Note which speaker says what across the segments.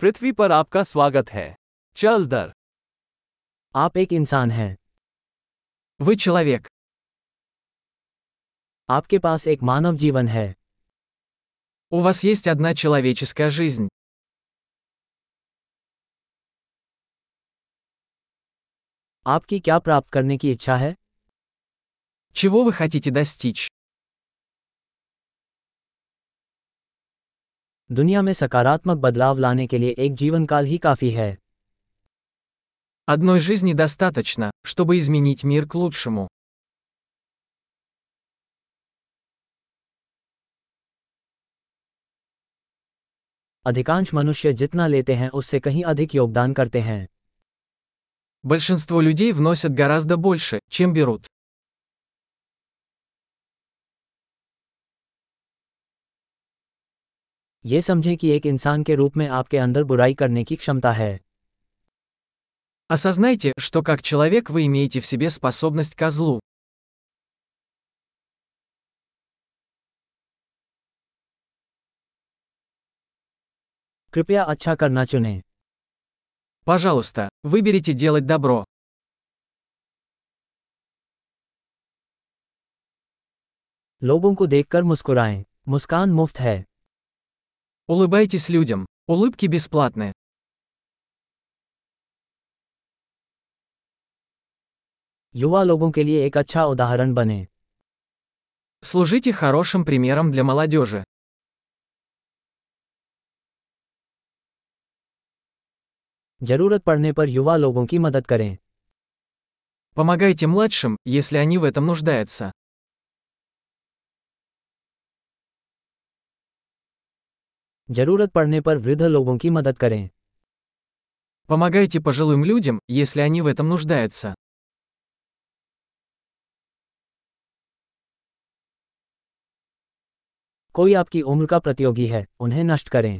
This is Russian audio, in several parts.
Speaker 1: पृथ्वी पर आपका स्वागत है चल दर
Speaker 2: आप एक इंसान हैं
Speaker 1: Вы человек.
Speaker 2: आपके पास एक मानव जीवन है
Speaker 1: У вас есть одна человеческая жизнь.
Speaker 2: आपकी क्या प्राप्त करने की इच्छा है
Speaker 1: Чего вы хотите достичь?
Speaker 2: दुनिया में सकारात्मक बदलाव लाने के लिए एक जीवन काल ही काफी है
Speaker 1: Одной жизни достаточно, чтобы изменить мир к лучшему.
Speaker 2: अधिकांश मनुष्य जितना लेते हैं उससे कहीं अधिक योगदान करते हैं
Speaker 1: Большинство людей вносят гораздо больше, чем берут.
Speaker 2: ये समझें कि एक इंसान के रूप में आपके अंदर बुराई करने की क्षमता है
Speaker 1: Осознайте, что как человек вы имеете в себе способность ко злу.
Speaker 2: कृपया अच्छा करना चुनें
Speaker 1: Пожалуйста, выберите делать добро.
Speaker 2: लोगों को देखकर मुस्कुराएं मुस्कान मुफ्त है
Speaker 1: Улыбайтесь людям. Улыбки бесплатны.
Speaker 2: युवा लोगों के लिए एक अच्छा उदाहरण बने
Speaker 1: Служите хорошим примером для молодежи.
Speaker 2: जरूरत पड़ने पर युवा लोगों की मदद करें
Speaker 1: Помогайте младшим, если они в этом нуждаются.
Speaker 2: जरूरत पड़ने पर वृद्ध लोगों की मदद करें
Speaker 1: Помогайте пожилым людям, если они в этом нуждаются.
Speaker 2: कोई आपकी उम्र का प्रतियोगी है उन्हें नष्ट करें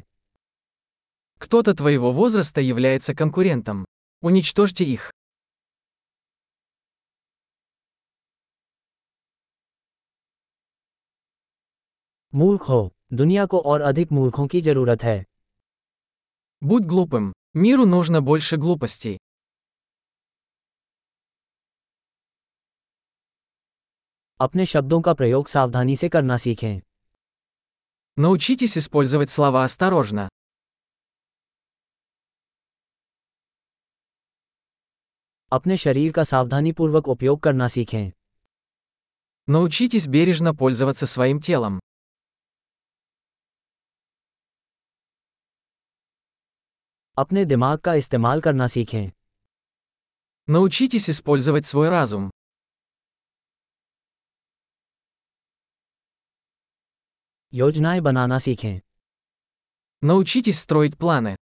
Speaker 1: Кто-то твоего возраста является конкурентом. Уничтожьте их.
Speaker 2: मूर्ख हो दुनिया को और अधिक मूर्खों की जरूरत है
Speaker 1: Будь глупым. Миру нужно больше глупостей.
Speaker 2: अपने शब्दों का प्रयोग सावधानी से करना सीखें
Speaker 1: Научитесь использовать слова осторожно.
Speaker 2: अपने शरीर का सावधानीपूर्वक उपयोग करना सीखें
Speaker 1: Научитесь бережно пользоваться своим телом.
Speaker 2: अपने दिमाग का इस्तेमाल करना सीखें
Speaker 1: Научитесь использовать свой разум.
Speaker 2: योजनाएं बनाना सीखें
Speaker 1: Научитесь строить планы.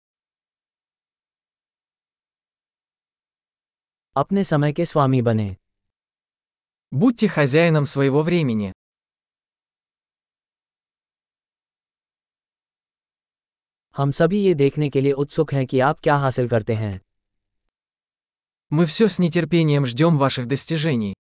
Speaker 2: अपने समय के स्वामी बने
Speaker 1: Будьте хозяином своего времени.
Speaker 2: हम सभी ये देखने के लिए उत्सुक हैं कि आप क्या हासिल करते हैं
Speaker 1: Мы все с нетерпением ждем ваших достижений.